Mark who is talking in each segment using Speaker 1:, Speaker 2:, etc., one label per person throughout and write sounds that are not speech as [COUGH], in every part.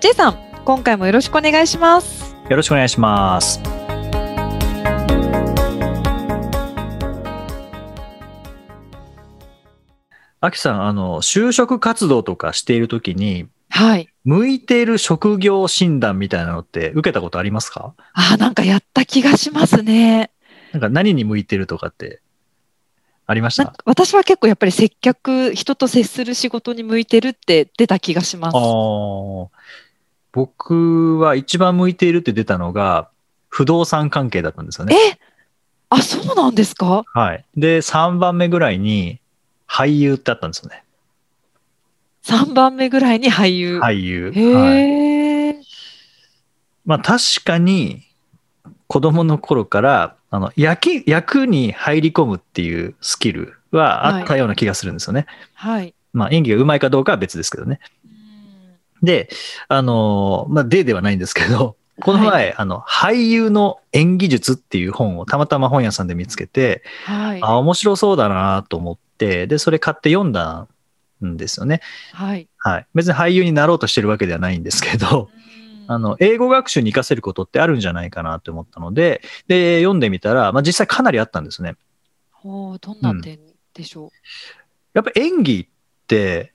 Speaker 1: J さん、今回もよろしくお願いします。
Speaker 2: よろしくお願いしますあきさんあの就職活動とかしているときに
Speaker 1: はい。
Speaker 2: 向いている職業診断みたいなのって受けたことありますか
Speaker 1: あー、なんかやった気がしますね。
Speaker 2: なんか何に向いてるとかってありまし
Speaker 1: なんか
Speaker 2: た
Speaker 1: 私は結構やっぱり接客、人と接する仕事に向いてるって出た気がします。
Speaker 2: あー僕は一番向いているって出たのが不動産関係だったんですよね。
Speaker 1: えあ、そうなんですか
Speaker 2: はい、で3番目ぐらいに俳優ってあったんですよね。
Speaker 1: 3番目ぐらいに俳優。
Speaker 2: 俳優。はい、
Speaker 1: へえ、
Speaker 2: まあ確かに子供の頃からあの役役に入り込むっていうスキルはあったような気がするんですよね。
Speaker 1: はい。
Speaker 2: まあ演技がうまいかどうかは別ですけどね。で、あのーまあ、でではないんですけど、この前、
Speaker 1: は
Speaker 2: あの、俳優の演技術っていう本をたまたま本屋さんで見つけて、
Speaker 1: はい。
Speaker 2: あ、面白そうだなと思って、で、それ買って読んだんですよね。
Speaker 1: はい。
Speaker 2: はい。別に俳優になろうとしてるわけではないんですけど、あの、英語学習に活かせることってあるんじゃないかなと思ったので、で、読んでみたら、まあ、実際かなりあったんですね。
Speaker 1: おーどんな点でしょう。
Speaker 2: やっぱ演技って、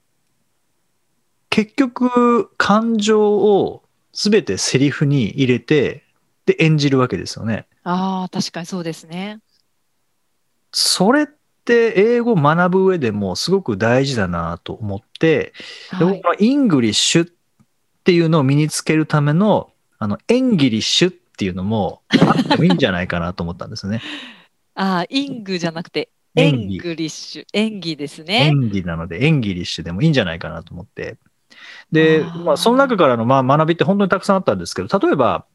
Speaker 2: 結局、感情をすべてセリフに入れて、で、演じるわけですよね。
Speaker 1: ああ、確かにそうですね。
Speaker 2: それって英語を学ぶ上でもすごく大事だなと思って、で
Speaker 1: はい
Speaker 2: 僕。はイングリッシュっていうのを身につけるための、あの、演技リッシュっていうのもあってもいいんじゃないかなと思ったんですね。
Speaker 1: ああ、イングじゃなくて、エ
Speaker 2: 演
Speaker 1: ン
Speaker 2: 技。
Speaker 1: グリッシュ。演技ですね。
Speaker 2: 演技なので演技リッシュでもいいんじゃないかなと思って。で、
Speaker 1: あー
Speaker 2: まあ、その中からのまあ学びって本当にたくさんあったんですけど、例えば、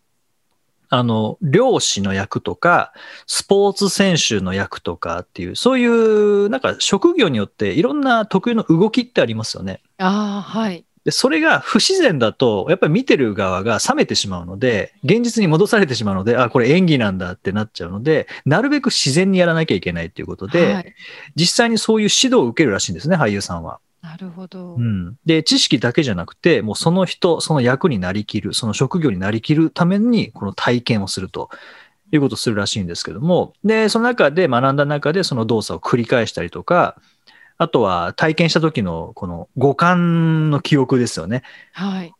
Speaker 2: あの、漁師の役とか、スポーツ選手の役とかっていう、そういう、なんか職業によっていろんな特有の動きってありますよね。
Speaker 1: ああ、はい。
Speaker 2: で、それが不自然だと、やっぱり見てる側が冷めてしまうので、現実に戻されてしまうので、あ、これ演技なんだってなっちゃうので、なるべく自然にやらなきゃいけないっていうことで、
Speaker 1: はい、
Speaker 2: 実際にそういう指導を受けるらしいんですね、俳優さんは。
Speaker 1: なるほど。
Speaker 2: うん、で知識だけじゃなくてもうその人その役になりきるその職業になりきるためにこの体験をするということをするらしいんですけどもでその中で学んだ中でその動作を繰り返したりとかあとは体験した時のこの五感の記憶ですよね
Speaker 1: はい。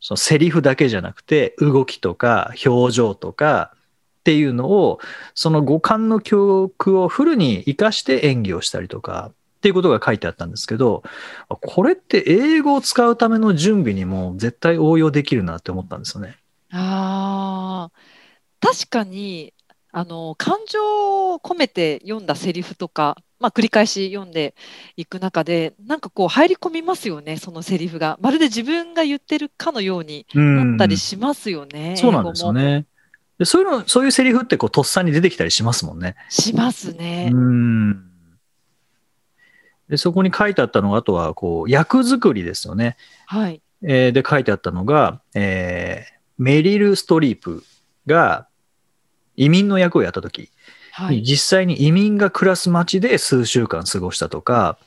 Speaker 2: そのセリフだけじゃなくて動きとか表情とかっていうのをその五感の記憶をフルに活かして演技をしたりとかっていうことが書いてあったんですけどこれって英語を使うための準備にも絶対応用できるなって思ったんですよね。
Speaker 1: ああ、確かに、あの、感情を込めて読んだセリフとか、まあ、繰り返し読んでいく中で、なんかこう入り込みますよね、そのセリフが。まるで自分が言ってるかのように
Speaker 2: うん
Speaker 1: なったりしますよね。
Speaker 2: そうなんですよね。でそういうのそういうセリフってこうとっさに出てきたりしますもんね。
Speaker 1: 英語も。しますね
Speaker 2: う。んでそこに書いてあったのがあとはこう役作りですよね。
Speaker 1: はい。
Speaker 2: えーで書いてあったのが、えーメリル・ストリープが移民の役をやった時、
Speaker 1: は
Speaker 2: に
Speaker 1: い。
Speaker 2: 実際に移民が暮らす町で数週間過ごしたとか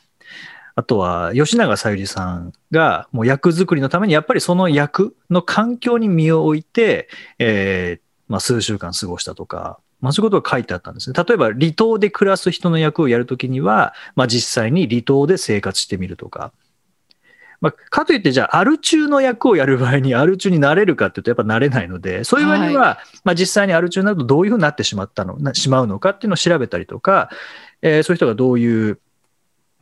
Speaker 2: あとは吉永小百合さんがもう役作りのためにやっぱりその役の環境に身を置いて、えーまあ、数週間過ごしたとか。まあ、そういうことが書いてあったんですね。例えば、離島で暮らす人の役をやるときには、まあ、実際に離島で生活してみるとか、まあ、かといって、じゃあ、アル中の役をやる場合に、アル中になれるかっていうと、やっぱなれないので、そういう場合には、まあ、実際にアル中になるとどういうふうになってしまったの、なしまうのかっていうのを調べたりとか、えーそういう人がどういう、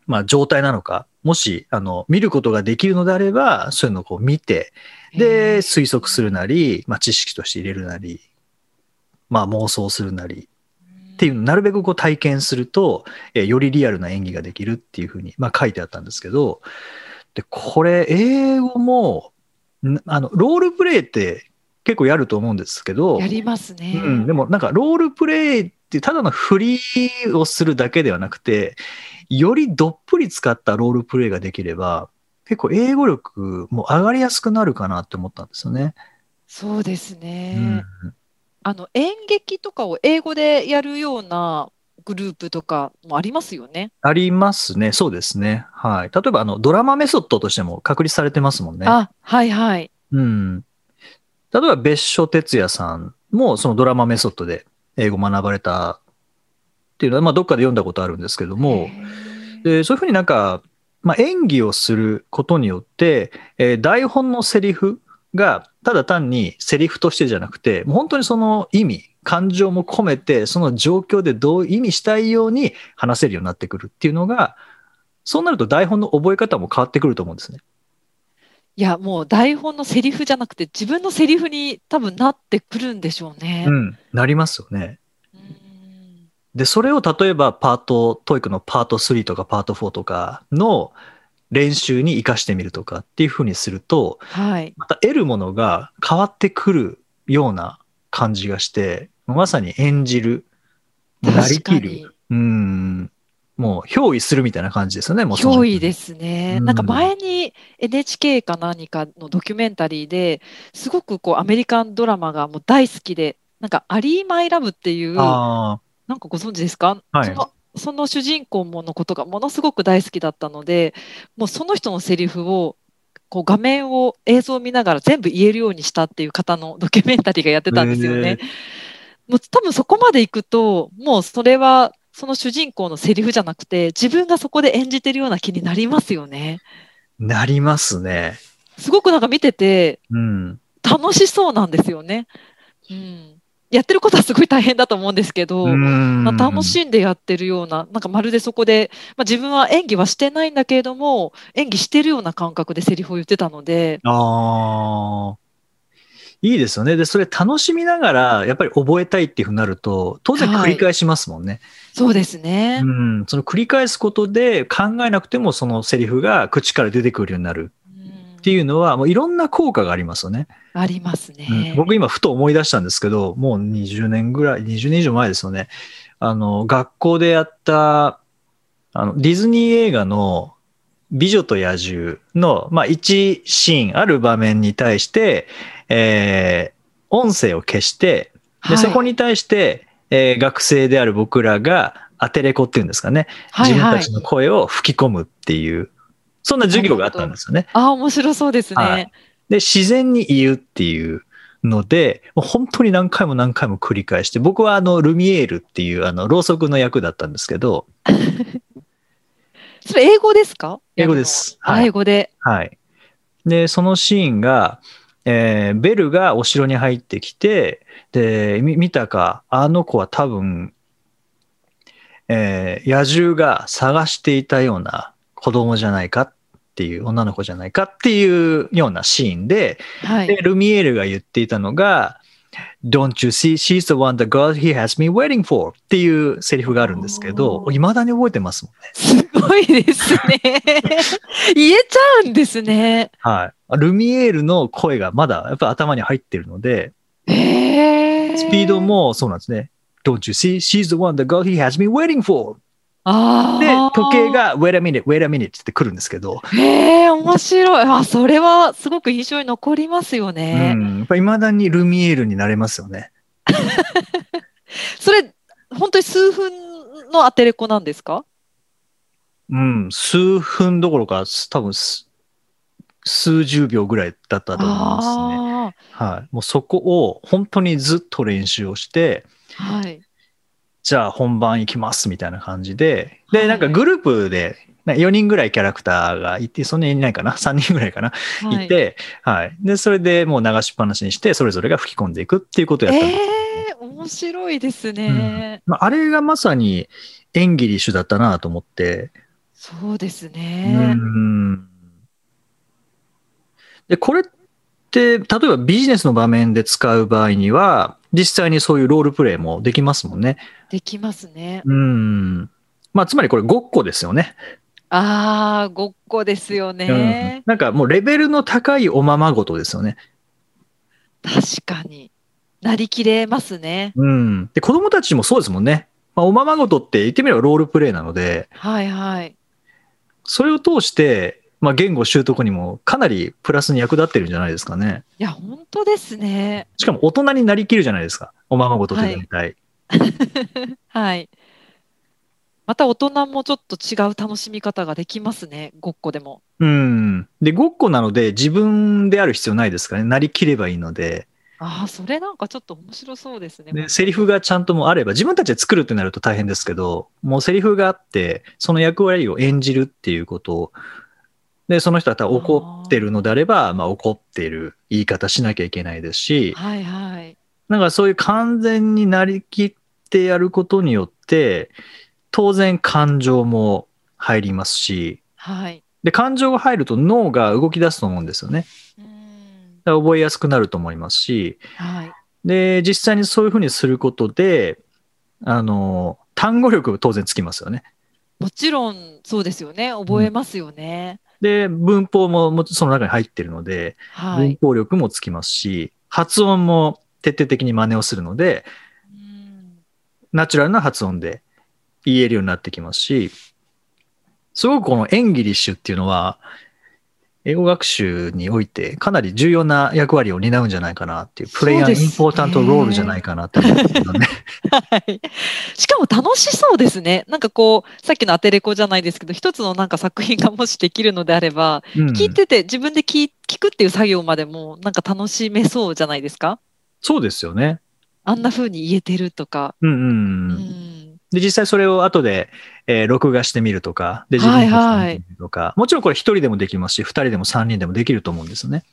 Speaker 2: まあ、状態なのか、もし、あの、見ることができるのであれば、そういうのをこう見て、
Speaker 1: へ
Speaker 2: で、
Speaker 1: ー
Speaker 2: 推測するなり、まあ、知識として入れるなり、まあ、妄想するなり、っていうのをなるべくこう体験すると、えーよりリアルな演技ができるっていうふうに、まあ、書いてあったんですけどで、これ、英語も、んあの、ロールプレイって結構やると思うんですけど、
Speaker 1: やりますね。
Speaker 2: うん、でもなんかロールプレイってただの振りをするだけではなくて、よりどっぷり使ったロールプレイができれば、結構英語力も上がりやすくなるかなって思ったんですよね。
Speaker 1: そうです
Speaker 2: う
Speaker 1: ね。
Speaker 2: ん、
Speaker 1: あの演劇とかを英語でやるようなグループとかもありますよね。
Speaker 2: ありますね。そうですね。はい。例えばあのドラマメソッドとしても確立されてますもんね。
Speaker 1: あ、はいはい。
Speaker 2: うん。例えば別所哲也さんもそのドラマメソッドで英語学ばれたっていうのは、まあ、どっかで読んだことあるんですけども、
Speaker 1: へー
Speaker 2: でそういうふうになんか、まあ、演技をすることによって、えー台本のセリフがただ単にセリフとしてじゃなくてもう本当にその意味感情も込めてその状況でどう意味したいように話せるようになってくるっていうのがそうなると台本の覚え方も変わってくると思うんですね。
Speaker 1: いや、もう台本のセリフじゃなくて自分のセリフに多分なってくるんでしょうね。
Speaker 2: うん、なりますよね。
Speaker 1: うん
Speaker 2: で、それを例えばパート、トイックのパート3とかパート4とかの練習に活かしてみるとかっていうふうにすると、
Speaker 1: はい。
Speaker 2: また得るものが変わってくるような感じがして、まさに演じる、なり
Speaker 1: 確か
Speaker 2: きる、
Speaker 1: に。
Speaker 2: うん、もう憑依するみたいな感じですよね、もうその
Speaker 1: 脅威ですね。
Speaker 2: うん
Speaker 1: なんか前に NHK か何かのドキュメンタリーですごくこうアメリカンドラマがもう大好きで、なんかアリー・マイ・ラブっていう、な
Speaker 2: あ
Speaker 1: んかご存知ですか、
Speaker 2: はい
Speaker 1: そのその主人公ものことがものすごく大好きだったので、もうその人のセリフをこう画面を映像を見ながら全部言えるようにしたっていう方のドキュメンタリーがやってたんですよね。もう多分そこまで行くと、もうそれはその主人公のセリフじゃなくて、自分がそこで演じてるような気になりますよね。
Speaker 2: ーなりますね。
Speaker 1: すごくなんか見てて
Speaker 2: うん。
Speaker 1: 楽しそうなんですよね。うん、やってることはすごい大変だと思うんですけど、
Speaker 2: うん
Speaker 1: まあ楽しんでやってるような、なんかまるでそこで、まあ、自分は演技はしてないんだけれども、演技してるような感覚でセリフを言ってたので、
Speaker 2: ああ。いいですよね。で、それ楽しみながら、やっぱり覚えたいっていうふうになると、当然繰り返しますもんね。
Speaker 1: そうですね。
Speaker 2: うん。その繰り返すことで考えなくても、そのセリフが口から出てくるようになる
Speaker 1: うん
Speaker 2: っていうのは、もういろんな効果がありますよね。
Speaker 1: あります
Speaker 2: うん
Speaker 1: ね。
Speaker 2: 僕今ふと思い出したんですけど、もう20年ぐらい、20年以上前ですよね。あの、学校でやった、あの、ディズニー映画の美女と野獣の、まあ、一シーン、ある場面に対して、えー音声を消して、
Speaker 1: は
Speaker 2: で、
Speaker 1: い
Speaker 2: そこに対して、えー学生である僕らが、アテレコっていうんですかね。
Speaker 1: はい
Speaker 2: 自分
Speaker 1: は
Speaker 2: た
Speaker 1: い
Speaker 2: ち。の声を吹き込むっていう、そんな授業があったんですよね。
Speaker 1: ああ、面白そうですね。
Speaker 2: はいで、自然に言うっていうので、もう本当に何回も何回も繰り返して、僕はあの、ルミエールっていう、あの、ろうそくの役だったんですけど、
Speaker 1: それ英語ですか
Speaker 2: 英語です
Speaker 1: やるの
Speaker 2: はい
Speaker 1: あ英語で。
Speaker 2: はい。で、そのシーンが、えーベルがお城に入ってきて、で、み見たか、あの子は多分、えー野獣が探していたような子供じゃないかっていう、女の子じゃないかっていうようなシーンで、
Speaker 1: はい。
Speaker 2: で、ルミエールが言っていたのが、Don't you see, she's the one the girl he has been waiting for っていうセリフがあるんですけど
Speaker 1: お、ー
Speaker 2: いまだに覚えてますもんね。
Speaker 1: すごいですね。
Speaker 2: [LAUGHS]
Speaker 1: 言えちゃうんですね。
Speaker 2: はい。ルミエールの声がまだやっぱ頭に入ってるので、
Speaker 1: へー
Speaker 2: スピード。もそうなんですね。Don't you see, she's the one the girl he has been waiting for
Speaker 1: あ
Speaker 2: で
Speaker 1: あ。、
Speaker 2: 時計。が Wait a minute, wait a minute って来るんですけど、
Speaker 1: へえ、面白い。あ、それはすごく印象に残りますよね。
Speaker 2: うん、やっぱ未だにルミエールになれますよね。
Speaker 1: それ、本当に数分のアテレコなんですか
Speaker 2: うん、数分どころか、多分す数十秒ぐらいだったと思いますね。
Speaker 1: あ
Speaker 2: はい。もうそこを本当にずっと練習をして、
Speaker 1: あ。はい。
Speaker 2: じゃあ本番行きますみたいな感じで、
Speaker 1: は
Speaker 2: で、
Speaker 1: い
Speaker 2: なんかグループで、な4人ぐらいキャラクターがいて、そんなにいないかな [LAUGHS] ?3 人ぐらいかな、
Speaker 1: はい
Speaker 2: い、、て、はい。で、それでもう流しっぱなしにして、それぞれが吹き込んでいくっていうことをやったんです。
Speaker 1: ええ、面白いですね。
Speaker 2: まあ、あれがまさに演技一種だったなと思って、
Speaker 1: そうです
Speaker 2: う
Speaker 1: ね。
Speaker 2: ん。で、これって、例えばビジネスの場面で使う場合には、実際にそういうロールプレイもできますもんね。
Speaker 1: できますね。
Speaker 2: うん。まあ、つまりこれごっこですよね。
Speaker 1: ああ、ごっこですよ
Speaker 2: うん
Speaker 1: ね。
Speaker 2: なんかもうレベルの高いおままごとですよね。
Speaker 1: 確かに。なりきれますね。
Speaker 2: うん。で、子供たちもそうですもんね。まあ、おままごとって言ってみればロールプレイなので、
Speaker 1: はいはい。
Speaker 2: それを通して、まあ、言語習得にもかなりプラスに役立ってるんじゃないですかね。
Speaker 1: いや、本当ですね。
Speaker 2: しかも大人になりきるじゃないですか。おままごとって大体。
Speaker 1: はい。また大人もちょっと違う楽しみ方ができますね。ごっこでも。
Speaker 2: うん。で、ごっこなので自分である必要ないですからね。なりきればいいので。
Speaker 1: ああ、それなんかちょっと面白そうですね。
Speaker 2: で、セリフがちゃんともうあれば、自分たちで作るってなると大変ですけど、もうセリフがあって、その役割を演じるっていうことを、で、その人は多分怒ってるのであれば、まあ怒ってる言い方しなきゃいけないですし、
Speaker 1: はいはい。
Speaker 2: なんかそういう完全になりきってやることによって、当然感情も入りますし、
Speaker 1: はい。
Speaker 2: で、感情が入ると脳が動き出すと思うんですよね。
Speaker 1: うーん。
Speaker 2: だから覚えやすくなると思いますし、
Speaker 1: はい。
Speaker 2: で、実際にそういうふうにすることで、あの、単語力当然つきますよね。
Speaker 1: もちろんそうですよね。覚えますよね。
Speaker 2: で、文法ももちその中に入ってるので、
Speaker 1: は
Speaker 2: 文
Speaker 1: い。
Speaker 2: 法力もつきますし、発音も徹底的に真似をするので、
Speaker 1: うーん
Speaker 2: ナチュラルな発音で言えるようになってきますし、すごくこのエンギリッシュっていうのは、英語学習においてかなり重要な役割を担うんじゃないかなっていう、プレイヤ
Speaker 1: そ
Speaker 2: ー
Speaker 1: うです
Speaker 2: イ
Speaker 1: ね
Speaker 2: ンポータントロールじゃないかなって思うんですけ
Speaker 1: [LAUGHS]
Speaker 2: どね。
Speaker 1: はい。しかも楽しそうですね。なんかこう、さっきのアテレコじゃないですけど、一つのなんか作品がもしできるのであれば、
Speaker 2: うん
Speaker 1: 聞いてて自分で聞い聞くっていう作業までもなんか楽しめそうじゃないですか。
Speaker 2: そうですよね。
Speaker 1: あんな風に言えてるとか。
Speaker 2: うんうん
Speaker 1: う
Speaker 2: うん。
Speaker 1: ん。
Speaker 2: で、実際それを後で、えー録画してみるとか、で、自分たちで見てみるとか、もちろんこれ一人でもできますし、二人でも三人でもできると思うんですよね。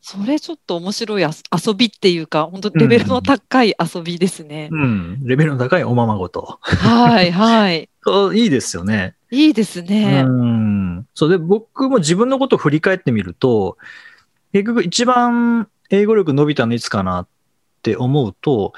Speaker 1: それちょっと面白いあす遊びっていうか、本当レベルの高い遊びですね。
Speaker 2: うん。レベルの高いおままごと。
Speaker 1: はいはい。
Speaker 2: そういいですよね。
Speaker 1: いいですね。
Speaker 2: うん。そうで、僕も自分のことを振り返ってみると、結局一番英語力伸びたのいつかなって思うと、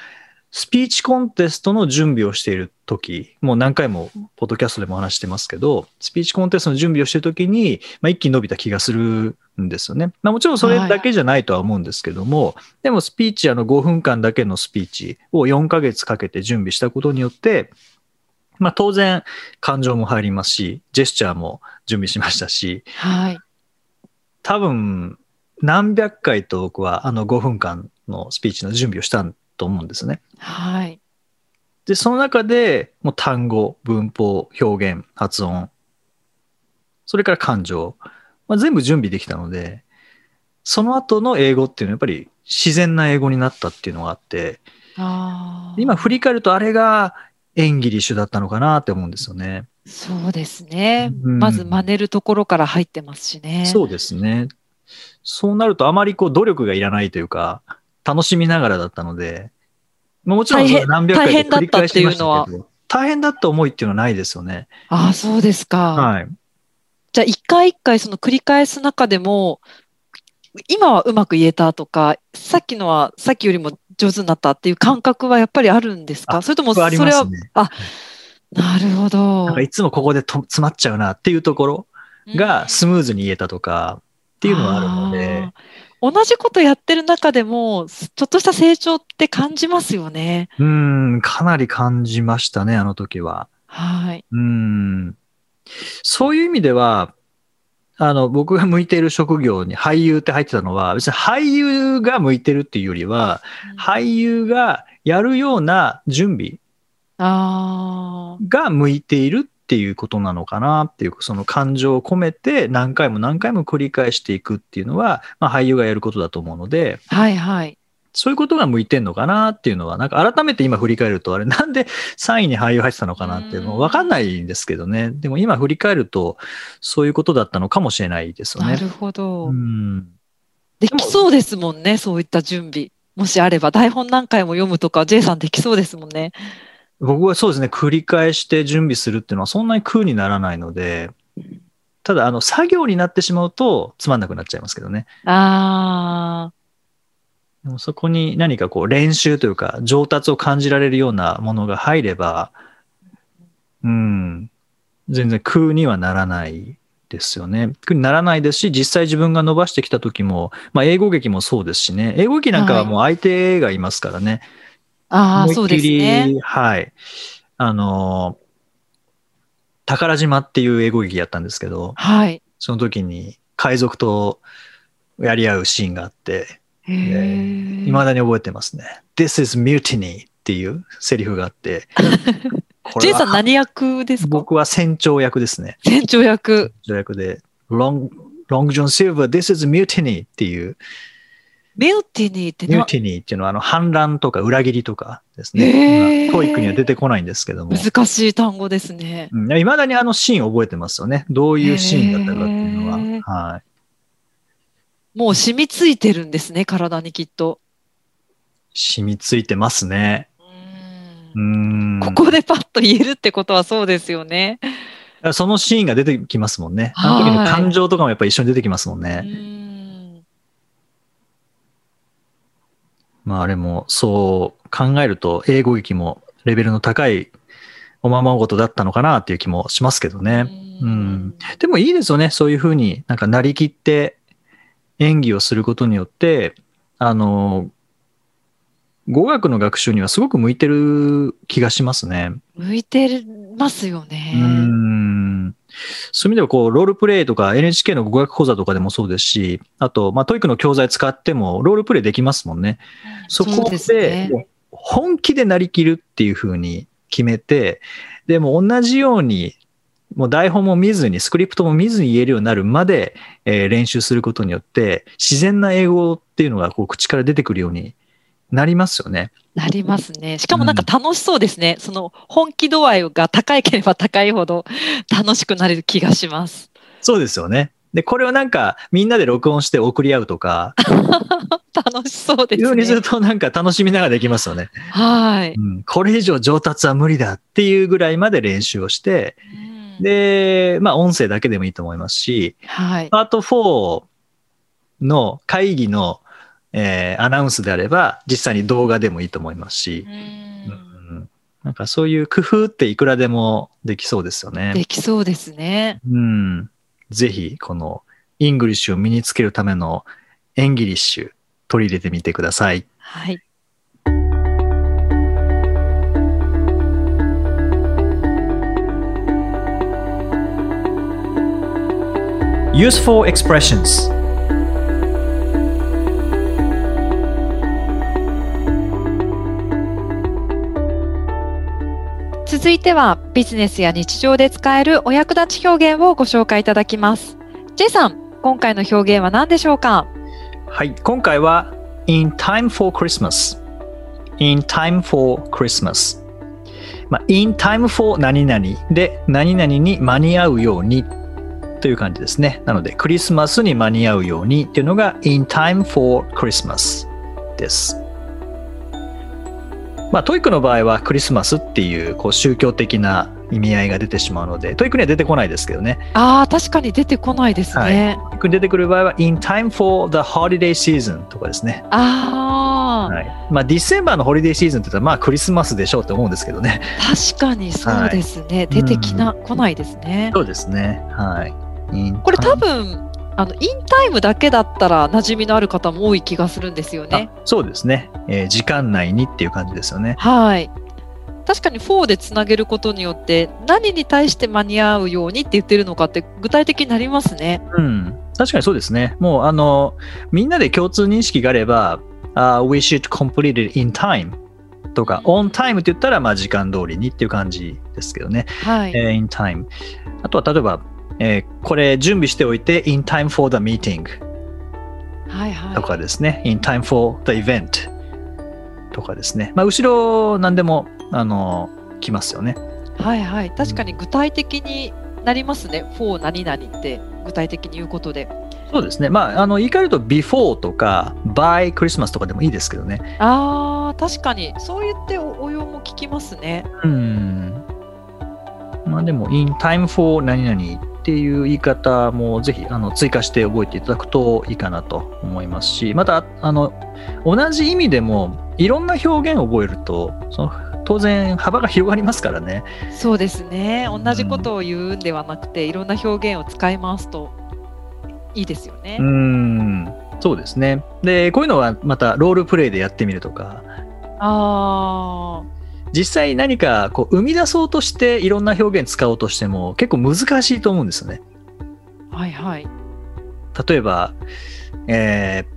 Speaker 2: スピーチコンテストの準備をしている時もう何回もポッドキャストでも話してますけど、スピーチコンテストの準備をしている時に、まあ、一気に伸びた気がするんですよね。まあ、もちろんそれだけじゃないとは思うんですけども、でもスピーチ、あの5分間だけのスピーチを4ヶ月かけて準備したことによって、まあ当然感情も入りますし、ジェスチャーも準備しましたし、
Speaker 1: はい。
Speaker 2: 多分何百回と僕はあの5分間のスピーチの準備をしたと思うんですね。
Speaker 1: はい。
Speaker 2: で、その中でもう単語、文法、表現、発音、それから感情、まあ、全部準備できたので、その後の英語っていうのはやっぱり自然な英語になったっていうのがあって、
Speaker 1: あー
Speaker 2: 今振り返るとあれが演技リッシュだったのかなって思うんですよね。
Speaker 1: そうですね。
Speaker 2: うん
Speaker 1: まず真似るところから入ってますしね。
Speaker 2: そうですね。そうなるとあまりこう努力がいらないというか、楽しみながらだったので、まあもちろん
Speaker 1: 大変
Speaker 2: 何百回って繰り返してました
Speaker 1: 大変だったっ
Speaker 2: けど、大変だった思いっていうのはないですよね。
Speaker 1: ああ、そうですか。
Speaker 2: はい。
Speaker 1: じゃあ一回一回その繰り返す中でも、今はうまく言えたとか、さっきのはさっきよりも上手になったっていう感覚はやっぱりあるんですかそれとも
Speaker 2: 僕
Speaker 1: そ
Speaker 2: あり
Speaker 1: れ
Speaker 2: ま
Speaker 1: は
Speaker 2: す、ね。
Speaker 1: なるほど。
Speaker 2: なんかいつもここでと詰まっちゃうなっていうところ
Speaker 1: うん
Speaker 2: がスムーズに言えたとかっていうのはあるので、
Speaker 1: あー同じことやってる中でも、ちょっとした成長って感じますよね。
Speaker 2: うん、かなり感じましたね、あの時は。
Speaker 1: はい。
Speaker 2: うんそういう意味では、あの、僕が向いている職業に俳優って入ってたのは、別に俳優が向いてるっていうよりは、俳優がやるような準備
Speaker 1: あ
Speaker 2: が向いているっていうことなのかなっていう、その感情を込めて何回も何回も繰り返していくっていうのは、まあ、俳優がやることだと思うので、
Speaker 1: あ、はいはい。
Speaker 2: そういうことが向いてんのかなっていうのは、なんか改めて今振り返ると、あれなんで3位に俳優入ってたのかなっていうの
Speaker 1: うん
Speaker 2: わかんないんですけどね。でも今振り返ると、そういうことだったのかもしれないですよ
Speaker 1: な
Speaker 2: ね。
Speaker 1: るほど。
Speaker 2: うん。
Speaker 1: できそうですもんね、そういった準備。もしあれば、台本何回も読むとか、J さんできそうですもんね。
Speaker 2: 僕はそうですね、繰り返して準備するっていうのはそんなに空にならないので、ただ、あの、作業になってしまうとつまんなくなっちゃいますけどね。
Speaker 1: あ
Speaker 2: でもそこに何かこう練習というか上達を感じられるようなものが入れば、うん、全然空にはならないですよね。苦にならないですし、実際自分が伸ばしてきた時も、まあ、英語劇もそうですしね、英語劇なんかはもう相手がいますからね。
Speaker 1: ああ、
Speaker 2: 思
Speaker 1: そう
Speaker 2: い
Speaker 1: で
Speaker 2: っ
Speaker 1: す
Speaker 2: きり、
Speaker 1: ね。
Speaker 2: はい。あの、宝島っていう英語劇やったんですけど、
Speaker 1: はい。
Speaker 2: その時に海賊とやり合うシーンがあって、
Speaker 1: へ
Speaker 2: い
Speaker 1: ー
Speaker 2: まだに覚えてますね。This is mutiny っていうセリフがあ
Speaker 1: [LAUGHS]
Speaker 2: って、こ
Speaker 1: ジェ
Speaker 2: れ
Speaker 1: イさん
Speaker 2: は
Speaker 1: 何役ですか
Speaker 2: 僕は船長役ですね。
Speaker 1: 船長役。
Speaker 2: 船長役で、ロンロング・ジョン・シルバー、This is mutiny っていう、
Speaker 1: ミューティニーって
Speaker 2: ミュー
Speaker 1: な
Speaker 2: ティニーっていうのはあの反乱とか裏切りとかです
Speaker 1: へ
Speaker 2: ね。
Speaker 1: ー
Speaker 2: 今トイックには出てこないんですけども。
Speaker 1: 難しい単語ですね。
Speaker 2: いまだにあのシーン覚えてますよね。どういうシーンだったかっていうの
Speaker 1: へー
Speaker 2: は。はい。
Speaker 1: もう染みついてるんですね、体にきっと。
Speaker 2: 染みついてますね。うーん。
Speaker 1: ここでパッと言えるってことはそうですよね。
Speaker 2: そのシーンが出てきますもんね。
Speaker 1: は
Speaker 2: あ
Speaker 1: い
Speaker 2: の時の感情とかもやっぱり一緒に出てきますもん
Speaker 1: う
Speaker 2: ね。
Speaker 1: ん
Speaker 2: まああれもそう考えると英語劇もレベルの高いおままごとだったのかなっていう気もしますけどね。うんでもいいですよね。そういうふうになんかなりきって演技をすることによって、あの、語学の学習にはすごく向いてる気がしますね。
Speaker 1: 向いてますよね
Speaker 2: う。ん。そういう意味では、こう、ロールプレイとか NHK の語学講座とかでもそうですし、あと、まあ、トイックの教材使ってもロールプレイできますもんね。そこ
Speaker 1: う
Speaker 2: で、
Speaker 1: すね
Speaker 2: 本気でなりきるっていうふうに決めて、でも同じように、もう台本も見ずに、スクリプトも見ずに言えるようになるまで、えー練習することによって、自然な英語っていうのがこう口から出てくるようになりますよね。
Speaker 1: なりますね。しかもなんか楽しそうですね。その本気度合いが高ければ高いほど楽しくなれる気がします。 [LAUGHS]
Speaker 2: そうですよね。で、これをなんかみんなで録音して送り合うとか、
Speaker 1: 楽しそうで
Speaker 2: よ
Speaker 1: す
Speaker 2: うにす
Speaker 1: ね
Speaker 2: る。となんか楽しみながらできますよね。
Speaker 1: はい。
Speaker 2: うん、これ以上上達は無理だっていうぐらいまで練習をして、
Speaker 1: うん
Speaker 2: で、まあ音声だけでもいいと思いますし、
Speaker 1: はい。
Speaker 2: パート4の会議の、えーアナウンスであれば、実際に動画でもいいと思いますし
Speaker 1: う、
Speaker 2: うんん、なんかそういう工夫っていくらでもできそうですよね
Speaker 1: で。きそうですね。
Speaker 2: うん、ぜひ、このイングリッシュを身につけるためのエンギリッシュ取り入れてみてください。
Speaker 1: はい。
Speaker 2: Useful expressions
Speaker 1: 続いてはビジネスや日常で使えるお役立ち表現をご紹介いただきます。J さん、今回の表現は何でしょうか
Speaker 2: はい、今回は In time for Christmas In time for Christmas まあ、in time for 何々で何々に間に合うようにという感じですね。なので、クリスマスに間に合うようにっていうのが in time for Christmas です。まあ、トイックの場合はクリスマスっていうこう宗教的な意味合いが出てしまうので、トイックには出てこないですけどね。
Speaker 1: ああ、確かに出てこないですね。
Speaker 2: 出てくる場合は in time for the holiday season とかですね。
Speaker 1: ああ、
Speaker 2: はいまあ、ディセンバーのホリデーシーズンって言ったら、まあ、クリスマスでしょうと思うんですけどね。
Speaker 1: 確かにそうですね。出てきな、こないですね。
Speaker 2: そうですね。はい。
Speaker 1: これ多
Speaker 2: 分
Speaker 1: 分、あの、インタイムだけだったら馴染みのある方も多い気がするんですよね。
Speaker 2: そうですね、えー時間内にっていう感じですよね。
Speaker 1: はい。確かに4でつなげることによって何に対して間に合うようにって言ってるのかって具体的になりますね。
Speaker 2: うん。確かにそうですね。もう、あの、みんなで共通認識があれば、あー we should complete it in time とか、on time って言ったら、まあ、時間通りにっていう感じですけどね。
Speaker 1: はい。
Speaker 2: えー in time。あとは、例えば、えーこれ準備しておいて、in time for the meeting
Speaker 1: はいはい。
Speaker 2: とかですね、in time for the event とかですね、まあ、後ろ何でもあの来ますよね。
Speaker 1: はいはい、確かに具体的になりますね、for 何々って具体的に言うことで。
Speaker 2: そうですね、まあ、あの言い換えると before とか by Christmas とかでもいいですけどね。
Speaker 1: ああ、確かに、そう言ってお応用も聞きますね。
Speaker 2: うん。まあでも in time for 何々っていう言い方もぜひあの追加して覚えていただくといいかなと思いますし、またあの同じ意味でもいろんな表現を覚えるとその当然幅が広がりますからね。
Speaker 1: そうですね同じことを言うんではなくて、いろんな表現を使いますといいですよね。
Speaker 2: うんそうですね。でこういうのはまたロールプレイでやってみるとか
Speaker 1: ああ
Speaker 2: 実際何かこう生み出そうとしていろんな表現使おうとしても結構難しいと思うんですね。
Speaker 1: はいはい。
Speaker 2: 例えば、えー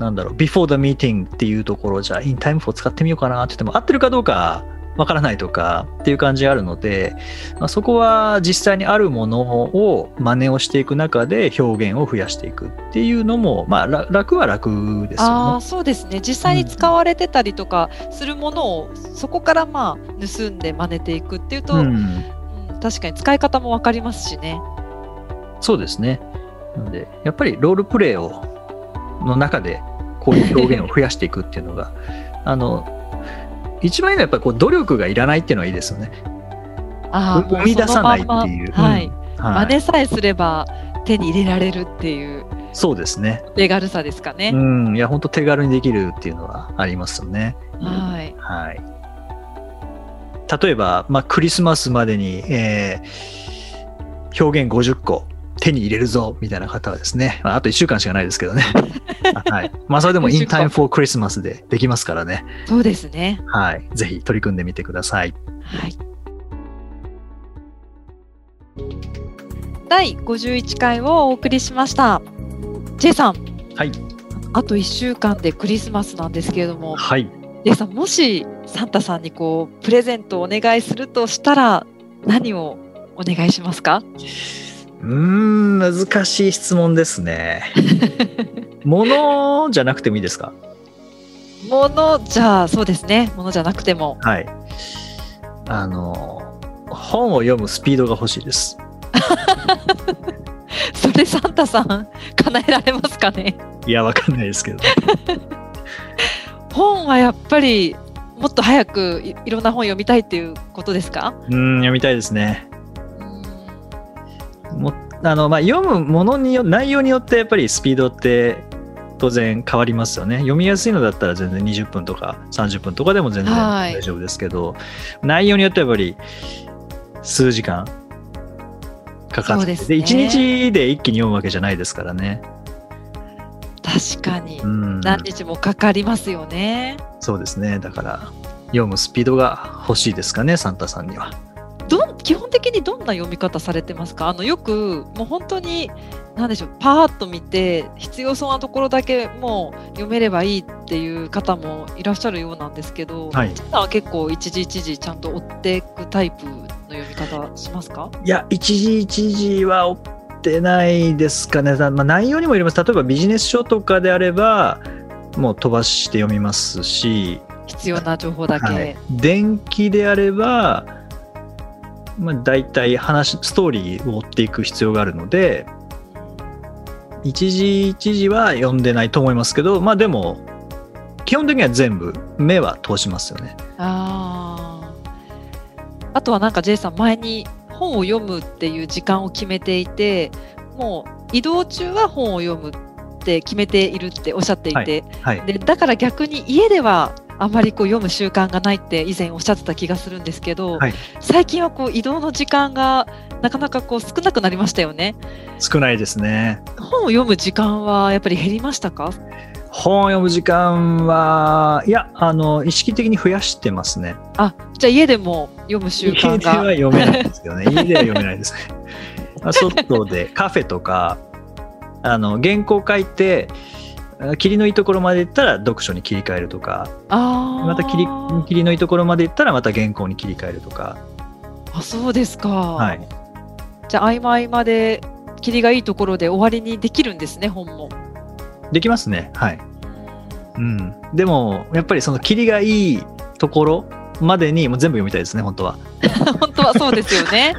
Speaker 2: なんだろう、before the meeting っていうところじゃ、in time for 使ってみようかなって言っても、合ってるかどうかわからないとかっていう感じがあるので、まあ、そこは実際にあるものを真似をしていく中で表現を増やしていくっていうのも、まあ、ら楽は楽です
Speaker 1: あ
Speaker 2: よ
Speaker 1: あ
Speaker 2: ね。
Speaker 1: そうですね実際に使われてたりとかするものをそこからまあ盗んで真似ていくっていうと、
Speaker 2: う
Speaker 1: うん
Speaker 2: ん、
Speaker 1: 確かに使い方も分かりますしね。
Speaker 2: そうですね。なので、やっぱりロールプレイをの中でこういう表現を増やしていくっていうのが、 [LAUGHS] あの、一番いいのはやっぱりこう努力がいらないっていうのはいいですよね。
Speaker 1: あー
Speaker 2: 生み出さないって
Speaker 1: もうそのまん
Speaker 2: いう。
Speaker 1: まはい
Speaker 2: うんはい
Speaker 1: 真似さえすれば手に入れられるっていう
Speaker 2: そうですね。
Speaker 1: 手軽さですかね。
Speaker 2: うん。いや、本当手軽にできるっていうのはありますよね。
Speaker 1: はい、
Speaker 2: はい。例えば、まあ、クリスマスまでに、えー表現50個手に入れるぞみたいな方はですね、まあ、あと1週間しかないですけ [LAUGHS] どね。はい。まあ、それでも in
Speaker 1: 50個
Speaker 2: time for Christmas でできますからね。
Speaker 1: そうですね。
Speaker 2: はい。ぜひ取り組んでみてください。
Speaker 1: はい。第51回をお送りしました。J さん。
Speaker 2: はい。
Speaker 1: あと1週間でクリスマスなんですけれども、
Speaker 2: はい。
Speaker 1: J さん、もしサンタさんにこうプレゼントをお願いするとしたら、何をお願いしますか？
Speaker 2: うーん、難しい質問ですね。 [LAUGHS] 物じゃなくてもいいですか
Speaker 1: ものじゃそうですね。ものじゃなくても。 [LAUGHS]
Speaker 2: はい。あの、本を読むスピードが欲しいです。
Speaker 1: それサンタさん叶えられますかね？
Speaker 2: いや、わかんないですけど。
Speaker 1: 本はやっぱりもっと早くいいろんな本読みたいっていうことですか？
Speaker 2: うん、読みたいですね。
Speaker 1: うん
Speaker 2: もあの、まあ、読むものによ、内容によってやっぱりスピードって当然変わりますよね。読みやすいのだったら全然20分とか30分とかでも全然
Speaker 1: はい
Speaker 2: 大丈夫ですけど、内容によってやっぱり数時間かか
Speaker 1: そ
Speaker 2: っ
Speaker 1: う
Speaker 2: て、で
Speaker 1: で
Speaker 2: す
Speaker 1: ね
Speaker 2: 1日で一気に読むわけじゃないですからね。
Speaker 1: 確かに
Speaker 2: うん。
Speaker 1: 何日もかかりますよね。
Speaker 2: そうですね。だから、読むスピードが欲しいですかね、サンタさんには。
Speaker 1: どん基本的にどんな読み方されてますかあのよくもう本当に何でしょうパーッと見て必要そうなところだけもう読めればいいっていう方もいらっしゃるようなんですけど、
Speaker 2: はい
Speaker 1: ジェイさんは結構一字一字ちゃんと追っていくタイプの読み方しますか
Speaker 2: いや、一時一時は追ってないですかね。だまあ、内容にもよります。例えばビジネス書とかであれば、もう飛ばして読みますし、
Speaker 1: 必要な情報だけ。
Speaker 2: はい電気であれば、まあ、大体話、ストーリーを追っていく必要があるので、一時一時は読んでないと思いますけど、まあでも、基本的には全部目は通しますよね。
Speaker 1: あーあとはなんか J さん前に本を読むっていう時間を決めていてもう移動中は本を読むって決めているっておっしゃっていて、
Speaker 2: はい。
Speaker 1: でだから逆に家ではあまりこう読む習慣がないって以前おっしゃってた気がするんですけど、
Speaker 2: はい
Speaker 1: 最近はこう移動の時間がなかなかこう少なくなりましたよね。
Speaker 2: 少ないですね。
Speaker 1: 本を読む時間はやっぱり減りましたか
Speaker 2: 本を読む時間は、いや、あの、意識的に増やしてますね。
Speaker 1: あじゃあ家でも読む習
Speaker 2: 家
Speaker 1: 慣
Speaker 2: では
Speaker 1: が。
Speaker 2: 読め [LAUGHS] ないですけどね。家では読めない
Speaker 1: [LAUGHS]
Speaker 2: ですね。まあ外で、カフェとか、あの、原稿書いて、あ霧のいいところまで行ったら読書に切り替えるとか、
Speaker 1: あー
Speaker 2: また霧霧のいいところまで行ったらまた原稿に切り替えるとか、
Speaker 1: あそうですか。
Speaker 2: はい。
Speaker 1: じゃあ合間合間で霧がいいところで終わりにできるんですね本も。 [LAUGHS]
Speaker 2: できますね。はい。うん。でも、やっぱりその霧がいいところまでにもう全部読みたいですね、本当は。
Speaker 1: [LAUGHS] 本当はそうですよ
Speaker 2: [LAUGHS]
Speaker 1: ね。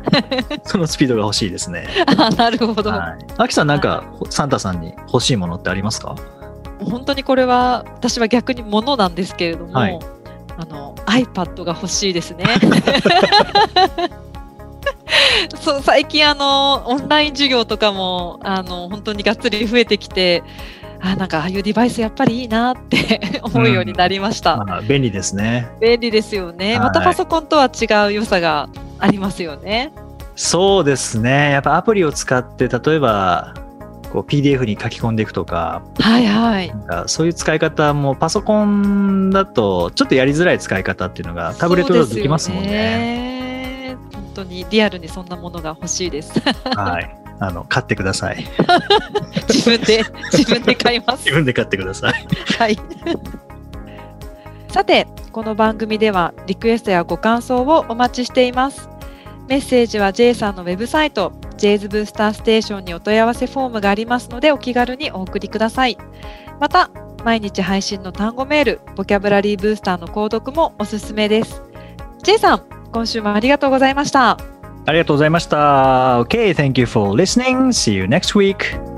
Speaker 2: そのスピードが欲しいです
Speaker 1: [LAUGHS]
Speaker 2: ね。
Speaker 1: あなるほど。
Speaker 2: はい、アキさんなんかサンタさんに欲しいものってありますか
Speaker 1: 本当にこれは私は逆にものなんですけれども、
Speaker 2: はい
Speaker 1: あの iPad が欲しいです
Speaker 2: [LAUGHS]
Speaker 1: ね。そう最近あのオンライン授業とかもあの本当にがっつり増えてきてあなんかああいうデバイスやっぱりいいなって [LAUGHS] 思うようになりました、
Speaker 2: まあ、便利ですね。
Speaker 1: 便利ですよね、
Speaker 2: はい
Speaker 1: またパソコンとは違う良さがありますよね
Speaker 2: そうですね。やっぱアプリを使って、例えば、こう PDF に書き込んでいくとか、
Speaker 1: はいはい
Speaker 2: なんかそういう使い方もパソコンだとちょっとやりづらい使い方っていうのがタブレットだとできますもん
Speaker 1: そうです
Speaker 2: ね。
Speaker 1: よね本当にリアルにそんなものが欲しいです
Speaker 2: はい。あの、買ってくださ
Speaker 1: [LAUGHS]
Speaker 2: い。
Speaker 1: 自分で自分で買います
Speaker 2: 自分で買ってください。
Speaker 1: はい。 [LAUGHS] さて、この番組ではリクエストやご感想をお待ちしています。メッセージは J さんのウェブサイト、j ズブースターステーションにお問い合わせフォームがありますのでお気軽にお送りください。また、毎日配信の単語メール、ボキャブラリーブースターの購読もおすすめです。J さん、今週もありがとうございました。
Speaker 2: ありがとうございました。Okay, thank you for listening. See you next week.